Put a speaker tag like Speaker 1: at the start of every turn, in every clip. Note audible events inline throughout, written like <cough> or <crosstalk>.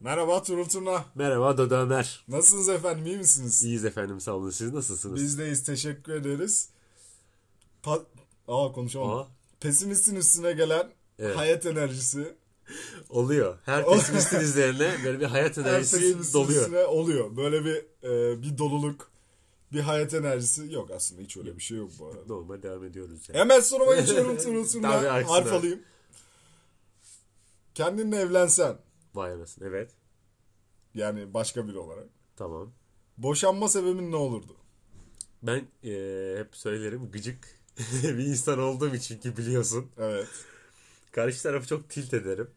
Speaker 1: Merhaba Turul Turna.
Speaker 2: Merhaba Dodo Ömer.
Speaker 1: Nasılsınız efendim iyi misiniz?
Speaker 2: İyiyiz efendim sağ olun. Siz nasılsınız?
Speaker 1: Bizdeyiz teşekkür ederiz. Pa- Aa konuşamam.
Speaker 2: Aa.
Speaker 1: Pesimistin üstüne gelen
Speaker 2: Evet.
Speaker 1: hayat enerjisi
Speaker 2: Oluyor. Her pesimistin üzerine böyle bir hayat
Speaker 1: her
Speaker 2: enerjisi
Speaker 1: pesimistin
Speaker 2: doluyor.
Speaker 1: üstüne oluyor. Böyle bir e, bir doluluk, bir hayat enerjisi yok aslında hiç öyle bir şey yok bu arada.
Speaker 2: Normal devam ediyoruz yani.
Speaker 1: Hemen soruma
Speaker 2: <laughs>
Speaker 1: geçiyorum Turul
Speaker 2: Tabii,
Speaker 1: Turna.
Speaker 2: aksine.
Speaker 1: Harf alayım. Kendinle evlensen
Speaker 2: Vay anasını. Evet.
Speaker 1: yani başka biri olarak
Speaker 2: Tamam.
Speaker 1: boşanma sebebin ne olurdu?
Speaker 2: Ben eee, hep söylerim gıcık <laughs> bir insan olduğum için ki biliyorsun.
Speaker 1: Evet.
Speaker 2: Karşı tarafı çok tilt ederim.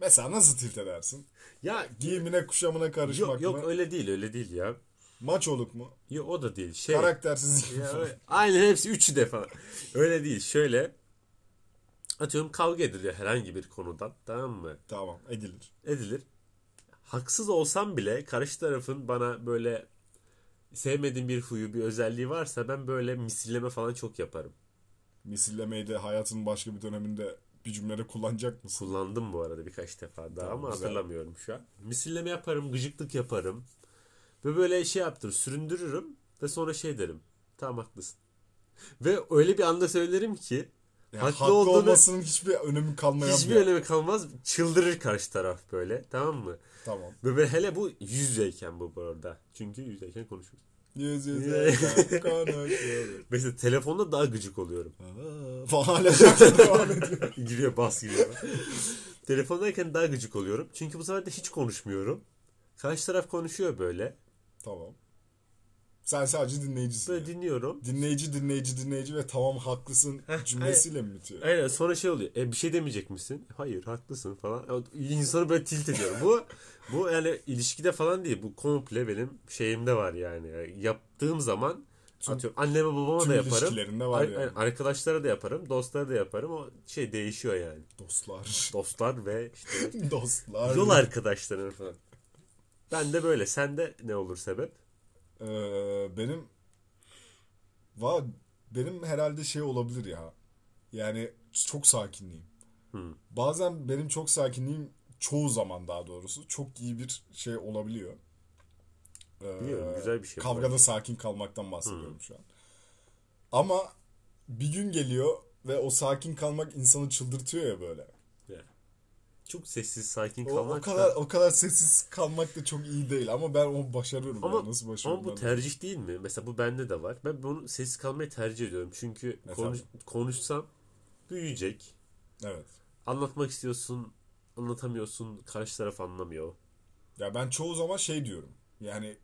Speaker 1: Mesela nasıl tilt edersin?
Speaker 2: Ya
Speaker 1: Giyimine kuşamına karışmak
Speaker 2: yok
Speaker 1: mı?
Speaker 2: yok öyle değil öyle değil ya.
Speaker 1: Maç oluk mu?
Speaker 2: Yok o da değil. Şey. <laughs>
Speaker 1: Karaktersizlik mi?
Speaker 2: Ya öyle- aynen hepsi üçü de falan. Öyle değil. Şöyle atıyorum kavga ediliyor herhangi bir konudan. Tamam mı?
Speaker 1: Tamam edilir.
Speaker 2: edilir. Haksız olsam bile karşı tarafın bana böyle sevmediğim bir huyu, bir özelliği varsa ben böyle misilleme falan çok yaparım.
Speaker 1: Misillemeyi de hayatının başka bir döneminde bir cümlede kullanacak mısın?
Speaker 2: Kullandım bu arada birkaç defa daha
Speaker 1: Tamam,
Speaker 2: ama
Speaker 1: güzel.
Speaker 2: hatırlamıyorum şu an. Misilleme yaparım, gıcıklık yaparım. Ve böyle şey yaptırır, süründürürüm ve sonra şey derim. Tamam haklısın. <laughs> Ve öyle bir anda söylerim ki
Speaker 1: Yani
Speaker 2: haklı,
Speaker 1: haklı
Speaker 2: olduğunu
Speaker 1: olmasının hiçbir önemi kalmayan
Speaker 2: hiçbir
Speaker 1: bir...
Speaker 2: önemi kalmaz. Çıldırır karşı taraf böyle. Tamam mı?
Speaker 1: Tamam.
Speaker 2: Ve böyle hele bu yüz yüzeyken bu bu arada. Çünkü yüz yüzeyken konuşuyoruz.
Speaker 1: Yüz yüze
Speaker 2: <laughs>
Speaker 1: konuşuyoruz.
Speaker 2: Mesela telefonda daha gıcık oluyorum.
Speaker 1: Aa, Falan hala şaka devam ediyor.
Speaker 2: giriyor bas giriyor. Telefondayken daha gıcık oluyorum. Çünkü bu sefer de hiç konuşmuyorum. Karşı taraf konuşuyor böyle.
Speaker 1: <laughs> Tamam. Sen sadece dinleyicisin.
Speaker 2: Böyle dinliyorum.
Speaker 1: Dinleyici, dinleyici, dinleyici ve tamam haklısın cümlesiyle mi bitiyor?
Speaker 2: Aynen sonra şey oluyor. E bir şey demeyecek misin? Hayır haklısın falan. Ya, İnsanı böyle tilt ediyor. Bu bu yani ilişkide falan değil. Bu komple benim şeyimde var yani. Yani yaptığım zaman atıyorum anneme babama
Speaker 1: tüm
Speaker 2: da yaparım.
Speaker 1: ilişkilerinde var
Speaker 2: Ay-
Speaker 1: yani.
Speaker 2: aynen, arkadaşlara da yaparım. Dostlara da yaparım. O şey değişiyor yani.
Speaker 1: Dostlar. <laughs>
Speaker 2: Dostlar ve işte
Speaker 1: Dostlar.
Speaker 2: Yol arkadaşlarım falan. Ben de böyle. Sen de ne olur sebep?
Speaker 1: Ee, benim va benim herhalde şey olabilir ya. Yani çok sakinliğim.
Speaker 2: Hı.
Speaker 1: Bazen benim çok sakinliğim çoğu zaman daha doğrusu çok iyi bir şey olabiliyor. Ee,
Speaker 2: Biliyorum, güzel bir şey bu
Speaker 1: Kavgada sakin kalmaktan bahsediyorum şu an. Ama bir gün geliyor ve o sakin kalmak insanı çıldırtıyor ya böyle.
Speaker 2: Çok sessiz, sakin
Speaker 1: O,
Speaker 2: kalmak.
Speaker 1: o
Speaker 2: da-
Speaker 1: kadar o kadar sessiz kalmak da çok iyi değil ama ben onu başarıyorum. ya.
Speaker 2: ama,
Speaker 1: Nasıl başarıyorum?
Speaker 2: ama bu
Speaker 1: ben
Speaker 2: tercih değil mi? Mesela bu bende de var. Ben bunu sessiz kalmayı tercih ediyorum. Çünkü
Speaker 1: E,
Speaker 2: konuş, konuşsam büyüyecek.
Speaker 1: Evet.
Speaker 2: Anlatmak istiyorsun, anlatamıyorsun. Karşı taraf anlamıyor.
Speaker 1: Ya ben çoğu zaman şey diyorum. Yani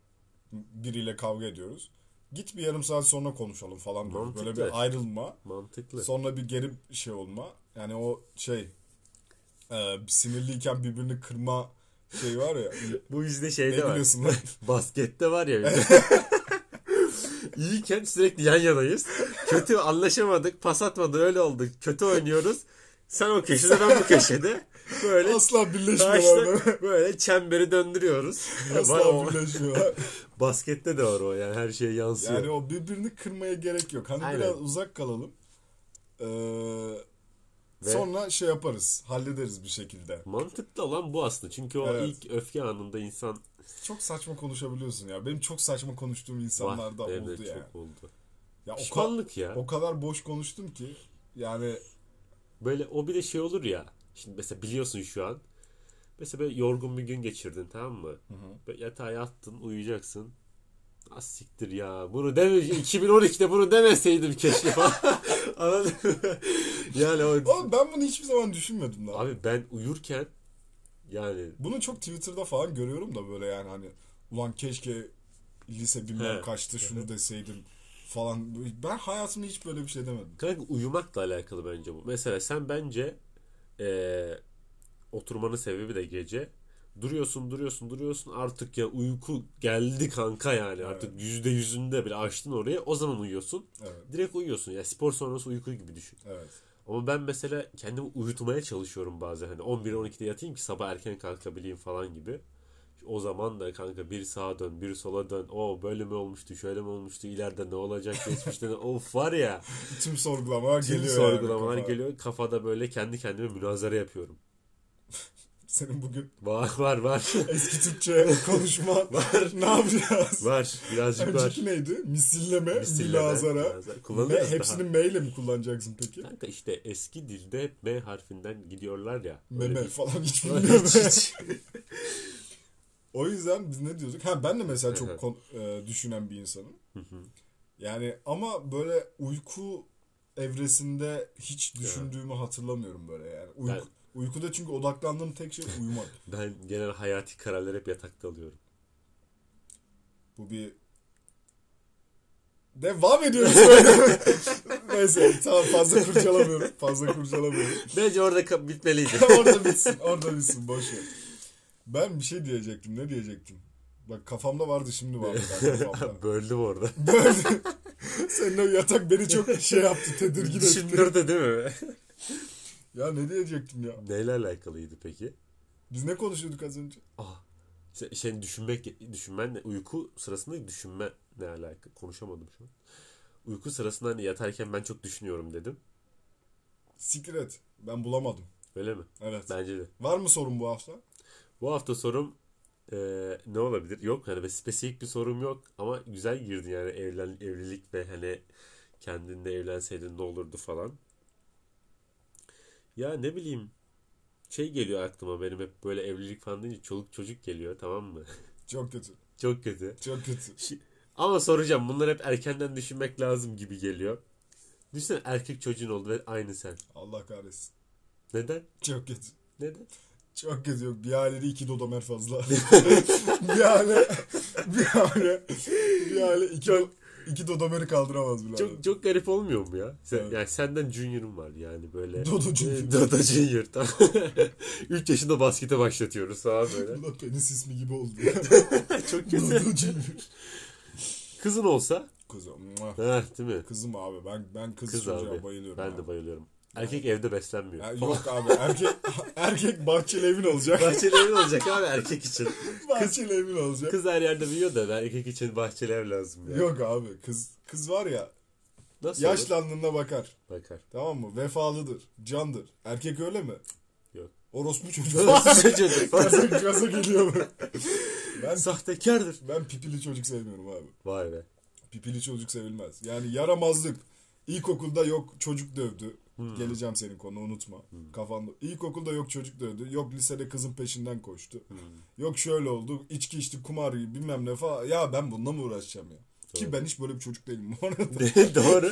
Speaker 1: biriyle kavga ediyoruz. Git bir yarım saat sonra konuşalım falan diyorum. Böyle
Speaker 2: Mantıklı.
Speaker 1: bir ayrılma.
Speaker 2: Mantıklı.
Speaker 1: Sonra bir geri şey olma. Yani o şey e, sinirliyken birbirini kırma şey var
Speaker 2: <laughs>
Speaker 1: ya.
Speaker 2: bu yüzde
Speaker 1: ne
Speaker 2: şeyde var.
Speaker 1: biliyorsun lan?
Speaker 2: Baskette var ya
Speaker 1: <laughs>
Speaker 2: bizim. İyiyken sürekli yan yanayız. Kötü anlaşamadık, pas atmadı öyle olduk. Kötü oynuyoruz. Sen o köşede ben bu köşede. <laughs> Böyle
Speaker 1: Asla birleşmiyorlar. değil mi?
Speaker 2: taşla böyle çemberi döndürüyoruz. <laughs> Var
Speaker 1: Asla
Speaker 2: o. <laughs>
Speaker 1: birleşmiyorlar.
Speaker 2: Baskette de var o yani her şeye yansıyor.
Speaker 1: Yani o birbirini kırmaya gerek yok. Hani
Speaker 2: Aynen.
Speaker 1: biraz uzak kalalım. Ee, Sonra şey yaparız. Hallederiz bir şekilde.
Speaker 2: Mantıklı olan bu aslında. Çünkü o
Speaker 1: Evet.
Speaker 2: ilk öfke anında insan
Speaker 1: Çok saçma konuşabiliyorsun ya. Benim çok saçma konuştuğum
Speaker 2: var.
Speaker 1: insanlar da
Speaker 2: Evet,
Speaker 1: oldu
Speaker 2: çok
Speaker 1: yani.
Speaker 2: oldu.
Speaker 1: Ya o, ka-
Speaker 2: Pişmanlık ya.
Speaker 1: o kadar boş konuştum ki
Speaker 2: <laughs>
Speaker 1: yani
Speaker 2: Böyle o bir de şey olur ya. Şimdi mesela biliyorsun şu an. Mesela böyle yorgun bir gün geçirdin tamam mı? Böyle yatağa yattın uyuyacaksın. Az siktir ya. Bunu deme 2012'de bunu demeseydim keşke falan. <laughs> Anladın mı? Yani o...
Speaker 1: Oğlum ben bunu hiçbir zaman düşünmedim lan.
Speaker 2: Abi ben uyurken yani
Speaker 1: Bunu çok Twitter'da falan görüyorum da böyle yani hani ulan keşke lise bilmem
Speaker 2: He.
Speaker 1: kaçtı şunu deseydim falan. Ben hayatımda hiç böyle bir şey demedim.
Speaker 2: kanka uyumakla alakalı bence bu. Mesela sen bence eee, oturmanın sebebi de gece. Duruyorsun duruyorsun duruyorsun artık ya uyku geldi kanka yani artık yüzde yüzünde bile açtın oraya o zaman uyuyorsun.
Speaker 1: Evet.
Speaker 2: Direkt uyuyorsun ya spor sonrası uyku gibi düşün.
Speaker 1: Evet.
Speaker 2: Ama ben mesela kendimi uyutmaya çalışıyorum bazen. Hani 11-12'de yatayım ki sabah erken kalkabileyim falan gibi. O zaman da kanka bir sağa dön, bir sola dön. O böyle mi olmuştu, şöyle mi olmuştu, ileride ne olacak, geçmişte ne... Of var ya.
Speaker 1: Tüm sorgulamalar
Speaker 2: Tüm
Speaker 1: geliyor yani
Speaker 2: sorgulamalar
Speaker 1: kafaya.
Speaker 2: geliyor. Kafada böyle kendi kendime münazara yapıyorum.
Speaker 1: senin
Speaker 2: <laughs>
Speaker 1: bugün?
Speaker 2: Var var var. <laughs>
Speaker 1: Eski Türkçe konuşma var. <laughs> ne yapacağız?
Speaker 2: var. Birazcık var.
Speaker 1: Önceki neydi? Misilleme,
Speaker 2: Misilleme,
Speaker 1: mülazara.
Speaker 2: mülazara.
Speaker 1: Ve
Speaker 2: Kullanırız
Speaker 1: hepsini
Speaker 2: daha.
Speaker 1: meyle mi kullanacaksın peki?
Speaker 2: Kanka işte eski dilde hep M harfinden gidiyorlar ya. Öyle
Speaker 1: Meme
Speaker 2: bir-
Speaker 1: falan
Speaker 2: <laughs>
Speaker 1: hiç
Speaker 2: Öyle
Speaker 1: bilmiyorum.
Speaker 2: hiç-
Speaker 1: O yüzden biz ne diyorduk? Ha ben de mesela
Speaker 2: Hı hı.
Speaker 1: çok kon- e, düşünen bir insanım.
Speaker 2: Hı hı.
Speaker 1: Yani ama böyle uyku evresinde hiç düşündüğümü hatırlamıyorum böyle yani. Uyku,
Speaker 2: Ben-
Speaker 1: Uykuda çünkü odaklandığım tek şey uyumak.
Speaker 2: ben genel hayati kararlar hep yatakta alıyorum.
Speaker 1: Bu bir devam
Speaker 2: <laughs>
Speaker 1: ediyoruz böyle. Neyse tamam fazla kurcalamıyorum. Fazla kurcalamıyorum.
Speaker 2: Bence orada
Speaker 1: <laughs>
Speaker 2: ka- bitmeliydi. <laughs>
Speaker 1: orada bitsin. Orada bitsin. Boş ver. Ben bir şey diyecektim. Ne diyecektim? Bak kafamda vardı şimdi vardı. Ben kafamda.
Speaker 2: Böldüm orada.
Speaker 1: <laughs> Senin o yatak beni çok şey yaptı. Tedirgin etti.
Speaker 2: Düşündürdü değil mi? <laughs>
Speaker 1: Ya ne diyecektim ya?
Speaker 2: Neyle alakalıydı peki?
Speaker 1: Biz ne konuşuyorduk az önce?
Speaker 2: Ah. Sen, sen düşünmek, düşünmenle uyku sırasında düşünme ne alaka? Konuşamadım şu an. Uyku sırasında hani yatarken ben çok düşünüyorum dedim.
Speaker 1: Siktir et. Ben bulamadım.
Speaker 2: Öyle mi?
Speaker 1: Evet.
Speaker 2: Bence de.
Speaker 1: Var mı sorun bu hafta?
Speaker 2: Bu hafta sorum eee, ne olabilir? Yok yani bir spesifik bir sorum yok ama güzel girdin yani evlen evlilik ve hani kendinle evlenseydin ne olurdu falan. Ya ne bileyim şey geliyor aklıma benim hep böyle evlilik falan deyince çoluk çocuk geliyor tamam mı? <laughs>
Speaker 1: Çok kötü.
Speaker 2: Çok kötü.
Speaker 1: Çok kötü.
Speaker 2: Şi- Ama soracağım bunları hep erkenden düşünmek lazım gibi geliyor. Düşünsene erkek çocuğun oldu ve aynı sen.
Speaker 1: Allah kahretsin.
Speaker 2: Neden?
Speaker 1: Çok kötü.
Speaker 2: Neden?
Speaker 1: Çok kötü. Yok. Bir ailede iki dodomer <laughs> fazla. bir aile bir aile bir aile iki, iki dodomeri kaldıramaz bile.
Speaker 2: Çok çok garip olmuyor mu ya? Sen,
Speaker 1: Evet.
Speaker 2: Yani senden junior'um var yani böyle.
Speaker 1: Dodo Junior.
Speaker 2: Ee, Dodo Junior tamam. <laughs> 3 yaşında baskete başlatıyoruz falan böyle.
Speaker 1: Ulan penis ismi gibi oldu.
Speaker 2: <laughs> çok kötü.
Speaker 1: Dodo Junior.
Speaker 2: Kızın olsa.
Speaker 1: Kızım. muah.
Speaker 2: Ha, değil mi?
Speaker 1: Kızım abi ben ben kız,
Speaker 2: Kız
Speaker 1: çocuğa
Speaker 2: abi.
Speaker 1: bayılıyorum.
Speaker 2: Ben
Speaker 1: abi.
Speaker 2: de bayılıyorum. Erkek evde beslenmiyor.
Speaker 1: Ya
Speaker 2: Bahçeli
Speaker 1: yok abi erkek <laughs> erkek bahçeli evin olacak.
Speaker 2: Bahçeli evin olacak abi erkek için.
Speaker 1: bahçeli evin olacak.
Speaker 2: Kız her yerde büyüyor da erkek için bahçeli ev lazım ya.
Speaker 1: Yok abi kız kız var ya
Speaker 2: Nasıl olur?
Speaker 1: yaşlandığında bakar.
Speaker 2: Bakar. <laughs>
Speaker 1: Tamam mı? Vefalıdır, candır. Erkek öyle mi?
Speaker 2: Yok. <laughs>
Speaker 1: Orospu çocuğu.
Speaker 2: Nasıl çocuk?
Speaker 1: Gaza, gaza geliyor böyle. Ben,
Speaker 2: <laughs> Sahtekardır.
Speaker 1: ben pipili çocuk sevmiyorum abi.
Speaker 2: Vay be. <laughs>
Speaker 1: Pipili çocuk sevilmez. Yani yaramazlık. İlkokulda yok çocuk dövdü. Geleceğim senin konu unutma. Kafanda. İlkokulda yok çocuk dövdü. Yok lisede kızın peşinden koştu. Yok şöyle oldu. içki içti kumar gibi bilmem ne falan. Ya ben bununla mı uğraşacağım ya? Ki ben hiç böyle bir çocuk değilim bu arada. <laughs>
Speaker 2: Doğru.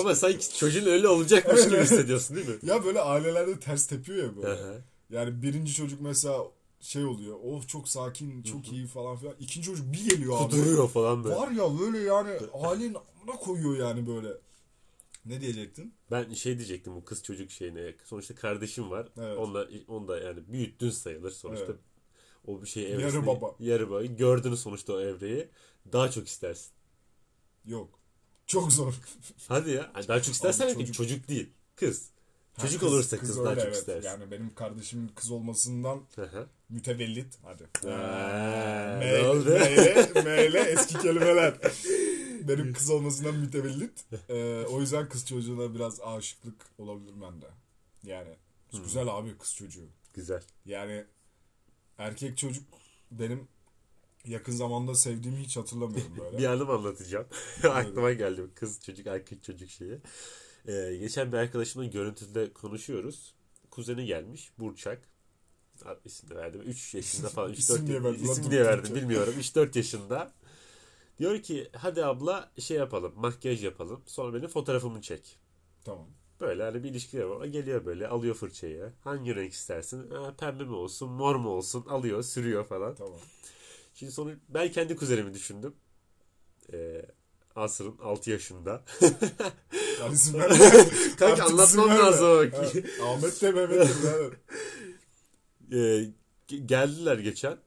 Speaker 2: Ama sanki çocuğun öyle olacakmış gibi hissediyorsun değil mi?
Speaker 1: ya böyle ailelerde ters tepiyor ya böyle.
Speaker 2: Aha.
Speaker 1: Yani birinci çocuk mesela şey oluyor. Oh çok sakin, çok iyi falan filan. İkinci çocuk bir geliyor abi.
Speaker 2: Kuduruyor falan böyle.
Speaker 1: Var ya böyle yani ailenin amına koyuyor yani böyle. Ne diyecektin?
Speaker 2: Ben şey diyecektim bu kız çocuk şeyine. Sonuçta kardeşim var.
Speaker 1: Evet.
Speaker 2: Onunla, onu da yani büyüttün sayılır sonuçta.
Speaker 1: Evet.
Speaker 2: O bir şey
Speaker 1: Yarı
Speaker 2: evresini.
Speaker 1: baba.
Speaker 2: Yarı baba. Gördün sonuçta o evreyi. Daha çok istersin.
Speaker 1: Yok. Çok zor.
Speaker 2: Hadi ya. Hani Daha çok istersen
Speaker 1: Abi
Speaker 2: ki çocuk...
Speaker 1: çocuk-
Speaker 2: değil. Kız. <laughs> çocuk
Speaker 1: Kız-
Speaker 2: olursa kız,
Speaker 1: kız
Speaker 2: daha
Speaker 1: öyle,
Speaker 2: çok
Speaker 1: evet.
Speaker 2: istersin.
Speaker 1: Yani benim kardeşimin kız olmasından
Speaker 2: Hı hı.
Speaker 1: mütevellit. Hadi.
Speaker 2: Aa, ne
Speaker 1: Meyle,
Speaker 2: oldu?
Speaker 1: meyle, meyle
Speaker 2: <laughs>
Speaker 1: eski kelimeler. Benim kız olmasından mütevellit. Ee, o yüzden kız çocuğuna biraz aşıklık olabilir bende. Yani
Speaker 2: Hmm.
Speaker 1: güzel abi kız çocuğu.
Speaker 2: Güzel.
Speaker 1: Yani erkek çocuk benim yakın zamanda sevdiğimi hiç hatırlamıyorum
Speaker 2: Bir
Speaker 1: böyle.
Speaker 2: anım anlatacağım. <laughs> Aklıma geldi bu kız çocuk erkek çocuk şeyi. Ee, geçen bir arkadaşımla görüntüde konuşuyoruz. Kuzeni gelmiş Burçak. Abi ismini verdim. 3 yaşında falan.
Speaker 1: <laughs>
Speaker 2: 3,
Speaker 1: İsim
Speaker 2: 4
Speaker 1: diye verdim.
Speaker 2: isim
Speaker 1: Lan
Speaker 2: diye
Speaker 1: dur,
Speaker 2: verdim
Speaker 1: Burçak.
Speaker 2: bilmiyorum. 3-4 yaşında. Diyor ki hadi abla şey yapalım makyaj yapalım. Sonra benim fotoğrafımı çek.
Speaker 1: Tamam.
Speaker 2: Böyle hani bir ilişkiler var. Geliyor böyle alıyor fırçayı. Hangi renk istersin? "Aa, pembe mi olsun mor mu olsun alıyor sürüyor falan.
Speaker 1: Tamam.
Speaker 2: Şimdi sonra ben kendi kuzenimi düşündüm. Ee, Asır'ın 6 yaşında.
Speaker 1: Yani isim verme.
Speaker 2: <laughs> Kanka
Speaker 1: Artık
Speaker 2: anlatmam
Speaker 1: isim verme.
Speaker 2: lazım.
Speaker 1: Ha, Ahmet de Mehmet
Speaker 2: <laughs>
Speaker 1: de. evet.
Speaker 2: Ee, ge- geldiler geçen.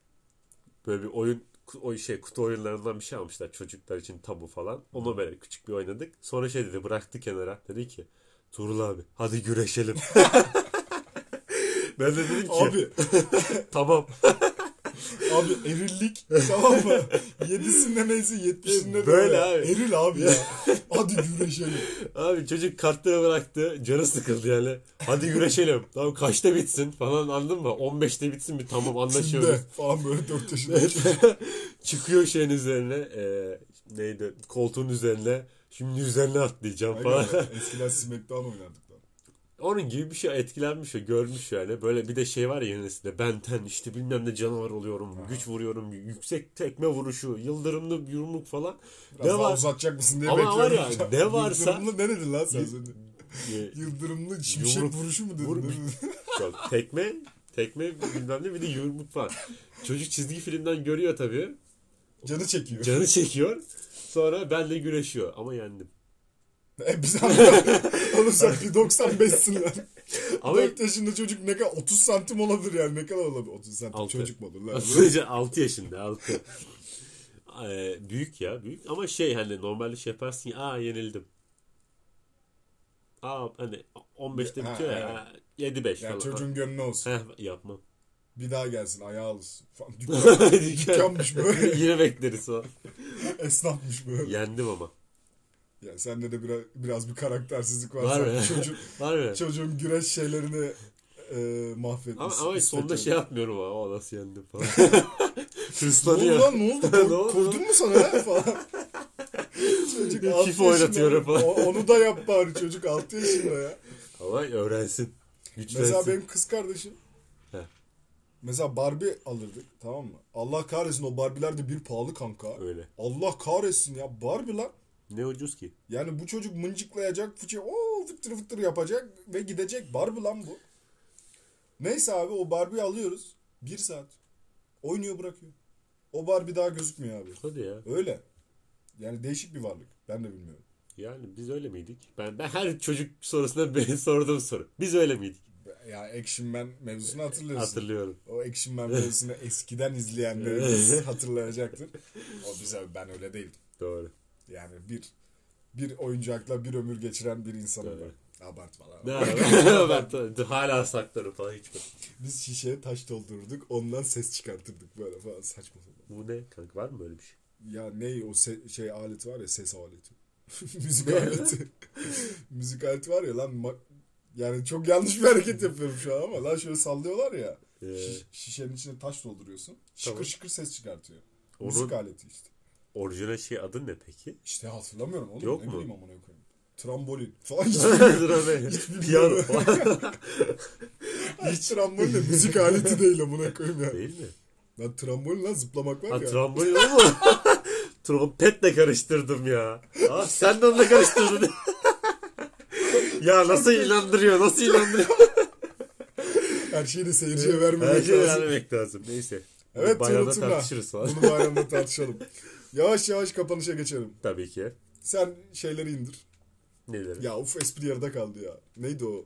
Speaker 2: Böyle bir oyun ku- o şey kutu oyunlarından bir şey almışlar çocuklar için tabu falan. Onu böyle küçük bir oynadık. Sonra şey dedi bıraktı kenara. Dedi ki Tuğrul abi hadi <laughs> güreşelim. ben de dedim ki
Speaker 1: Abi
Speaker 2: tamam.
Speaker 1: Abi erillik tamam mı? Yedisinde neyse yetmişinde de
Speaker 2: Böyle
Speaker 1: ya.
Speaker 2: abi.
Speaker 1: Eril abi ya. Hadi güreşelim.
Speaker 2: Abi çocuk kartları bıraktı. Canı sıkıldı yani. Hadi güreşelim. tamam kaçta bitsin falan anladın mı? 15'te bitsin mi? Tamam
Speaker 1: Şimdi
Speaker 2: anlaşıyoruz.
Speaker 1: falan böyle 4 yaşında.
Speaker 2: Evet. <laughs> Çıkıyor şeyin üzerine. eee, neydi? Koltuğun üzerine. Şimdi üzerine atlayacağım falan.
Speaker 1: Aynen. Eskiden Smackdown oynardık lan.
Speaker 2: <laughs> Onun gibi bir şey etkilenmiş ya görmüş yani. Böyle bir de şey var ya yönesinde benten işte bilmem ne canavar oluyorum, güç vuruyorum, yüksek tekme vuruşu, yıldırımlı yumruk falan. <laughs>
Speaker 1: Biraz
Speaker 2: ne
Speaker 1: daha
Speaker 2: var?
Speaker 1: uzatacak mısın diye
Speaker 2: Ama var
Speaker 1: bekliyorum.
Speaker 2: ya, ne varsa-
Speaker 1: Yıldırımlı ne dedin lan sen?
Speaker 2: Yı-
Speaker 1: şimdi?
Speaker 2: Ee,
Speaker 1: Yıldırımlı şimşek
Speaker 2: Yumruk-
Speaker 1: vuruşu mu dedin?
Speaker 2: Vur-
Speaker 1: ne dedin?
Speaker 2: <laughs> Yok, tekme, tekme bilmem ne bir de yumruk falan. Çocuk çizgi filmden görüyor tabii.
Speaker 1: Canı çekiyor.
Speaker 2: Canı çekiyor. Sonra benle güreşiyor ama yendim.
Speaker 1: E biz
Speaker 2: <laughs>
Speaker 1: hala oğlum sen 1.95'sin lan.
Speaker 2: Ama
Speaker 1: 4 yaşında çocuk ne kadar 30 santim olabilir yani ne kadar olabilir 30 santim
Speaker 2: Altı.
Speaker 1: çocuk mu olur lan?
Speaker 2: Sadece 6 yaşında 6. Ee, büyük ya büyük ama şey hani normalde şey yaparsın ya aa yenildim. Aa hani 15'te
Speaker 1: Ha,
Speaker 2: bitiyor
Speaker 1: aynen.
Speaker 2: ya 7-5
Speaker 1: Yani
Speaker 2: falan.
Speaker 1: çocuğun gönlü olsun.
Speaker 2: Heh,
Speaker 1: <laughs>
Speaker 2: yapmam.
Speaker 1: Bir daha gelsin ayağı alsın.
Speaker 2: <laughs>
Speaker 1: Falan. Dükkan, dükkanmış böyle.
Speaker 2: Yine bekleriz o.
Speaker 1: Esnafmış böyle. Ya.
Speaker 2: Yendim ama.
Speaker 1: sende de biraz, biraz bir karaktersizlik var.
Speaker 2: Var
Speaker 1: Sen
Speaker 2: mı? <laughs>
Speaker 1: Çocuk,
Speaker 2: Var mı?
Speaker 1: çocuğun güreş şeylerini e, mahvetmiş.
Speaker 2: Ama, ama sonunda şey yapmıyorum ama o nasıl yendim
Speaker 1: <laughs>
Speaker 2: falan.
Speaker 1: Ne oldu
Speaker 2: Hırslanıyor.
Speaker 1: lan ne
Speaker 2: <laughs>
Speaker 1: oldu?
Speaker 2: Ne oldu?
Speaker 1: Ko- Kovdun mu sana ya falan.
Speaker 2: <laughs>
Speaker 1: çocuk
Speaker 2: FIFA
Speaker 1: altı yaşında.
Speaker 2: oynatıyorum falan.
Speaker 1: O- onu da yap bari çocuk 6 yaşında ya.
Speaker 2: Ama öğrensin. Güçlensin.
Speaker 1: Mesela benim kız kardeşim.
Speaker 2: He.
Speaker 1: Mesela Barbie alırdık tamam mı? Allah kahretsin o Barbie'ler de bir pahalı kanka.
Speaker 2: Öyle.
Speaker 1: Allah kahretsin ya Barbie lan.
Speaker 2: Ne ucuz ki?
Speaker 1: Yani bu çocuk mıncıklayacak, fıçı o fıtır fıtır yapacak ve gidecek. Barbie lan bu. Neyse abi o Barbie'yi alıyoruz. Bir saat. Oynuyor bırakıyor. O Barbie daha gözükmüyor abi.
Speaker 2: Hadi ya.
Speaker 1: Öyle. Yani değişik bir varlık. Ben de bilmiyorum.
Speaker 2: Yani biz öyle miydik? Ben, ben her çocuk <laughs> sorusuna beni sorduğum soru. Biz öyle miydik?
Speaker 1: Ya Action Man mevzusunu hatırlıyorsun.
Speaker 2: Hatırlıyorum.
Speaker 1: O Action Man
Speaker 2: <laughs>
Speaker 1: mevzusunu eskiden izleyenlerimiz hatırlayacaktır. O bize ben öyle değildim. <laughs>
Speaker 2: Doğru.
Speaker 1: Yani bir bir oyuncakla bir ömür geçiren bir insanım
Speaker 2: Evet.
Speaker 1: ben. Abartma lan.
Speaker 2: Ne
Speaker 1: <laughs>
Speaker 2: ara- ben ta- hala saklarım falan hiç.
Speaker 1: Biz şişeye taş doldururduk. Ondan ses çıkartırdık böyle falan saçma sapan.
Speaker 2: Bu ne kanka var mı böyle bir şey?
Speaker 1: Ya ne o se- şey aleti var ya ses aleti. <laughs> Müzik aleti. <laughs> Müzik aleti var ya lan ma- yani çok yanlış bir hareket yapıyorum şu an ama lan şöyle sallıyorlar ya.
Speaker 2: Ee,
Speaker 1: Şiş- şişenin içine taş dolduruyorsun. Şıkır
Speaker 2: Tamam.
Speaker 1: şıkır ses çıkartıyor.
Speaker 2: Onun-
Speaker 1: Müzik aleti işte.
Speaker 2: orijinal şey adı ne
Speaker 1: <laughs>
Speaker 2: peki?
Speaker 1: İşte hatırlamıyorum oğlum.
Speaker 2: Yok
Speaker 1: ne
Speaker 2: mu?
Speaker 1: bileyim amına koyayım. Trambolin
Speaker 2: <laughs>
Speaker 1: falan hiç
Speaker 2: Dur abi.
Speaker 1: şey
Speaker 2: Piyano falan
Speaker 1: <laughs> Hiç trambolin de müzik aleti değil amına koyayım
Speaker 2: <laughs>
Speaker 1: ya.
Speaker 2: değil mi?
Speaker 1: Lan trambolin lan zıplamak var
Speaker 2: Ha
Speaker 1: ya.
Speaker 2: trambolin o mu? <laughs> Trompetle karıştırdım ya. Ah sen de onunla karıştırdın. <laughs> ya nasıl inandırıyor? Nasıl inandırıyor?
Speaker 1: Her şeyi de seyirciye
Speaker 2: Her
Speaker 1: vermemek
Speaker 2: şeyi
Speaker 1: lazım.
Speaker 2: vermemek lazım. Neyse.
Speaker 1: Evet
Speaker 2: Bayramda
Speaker 1: Tırıltın'la.
Speaker 2: tartışırız falan.
Speaker 1: Bunu
Speaker 2: <laughs>
Speaker 1: bayramda tartışalım. yavaş yavaş kapanışa geçelim.
Speaker 2: Tabii ki.
Speaker 1: Sen şeyleri indir.
Speaker 2: Neler?
Speaker 1: Ya uf espri yarıda kaldı ya. Neydi o?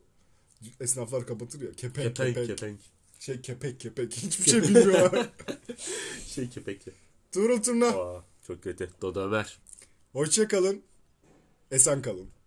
Speaker 1: Esnaflar kapatır ya. Kepenk
Speaker 2: Kepenk
Speaker 1: kepenk.
Speaker 2: kepenk.
Speaker 1: Şey kepek kepek. <laughs> Hiçbir şey
Speaker 2: <laughs>
Speaker 1: bilmiyorlar.
Speaker 2: Şey kepekli.
Speaker 1: Tuğrul Tırna.
Speaker 2: Aa, çok kötü. Dodaver.
Speaker 1: Hoşça kalın. Esen kalın.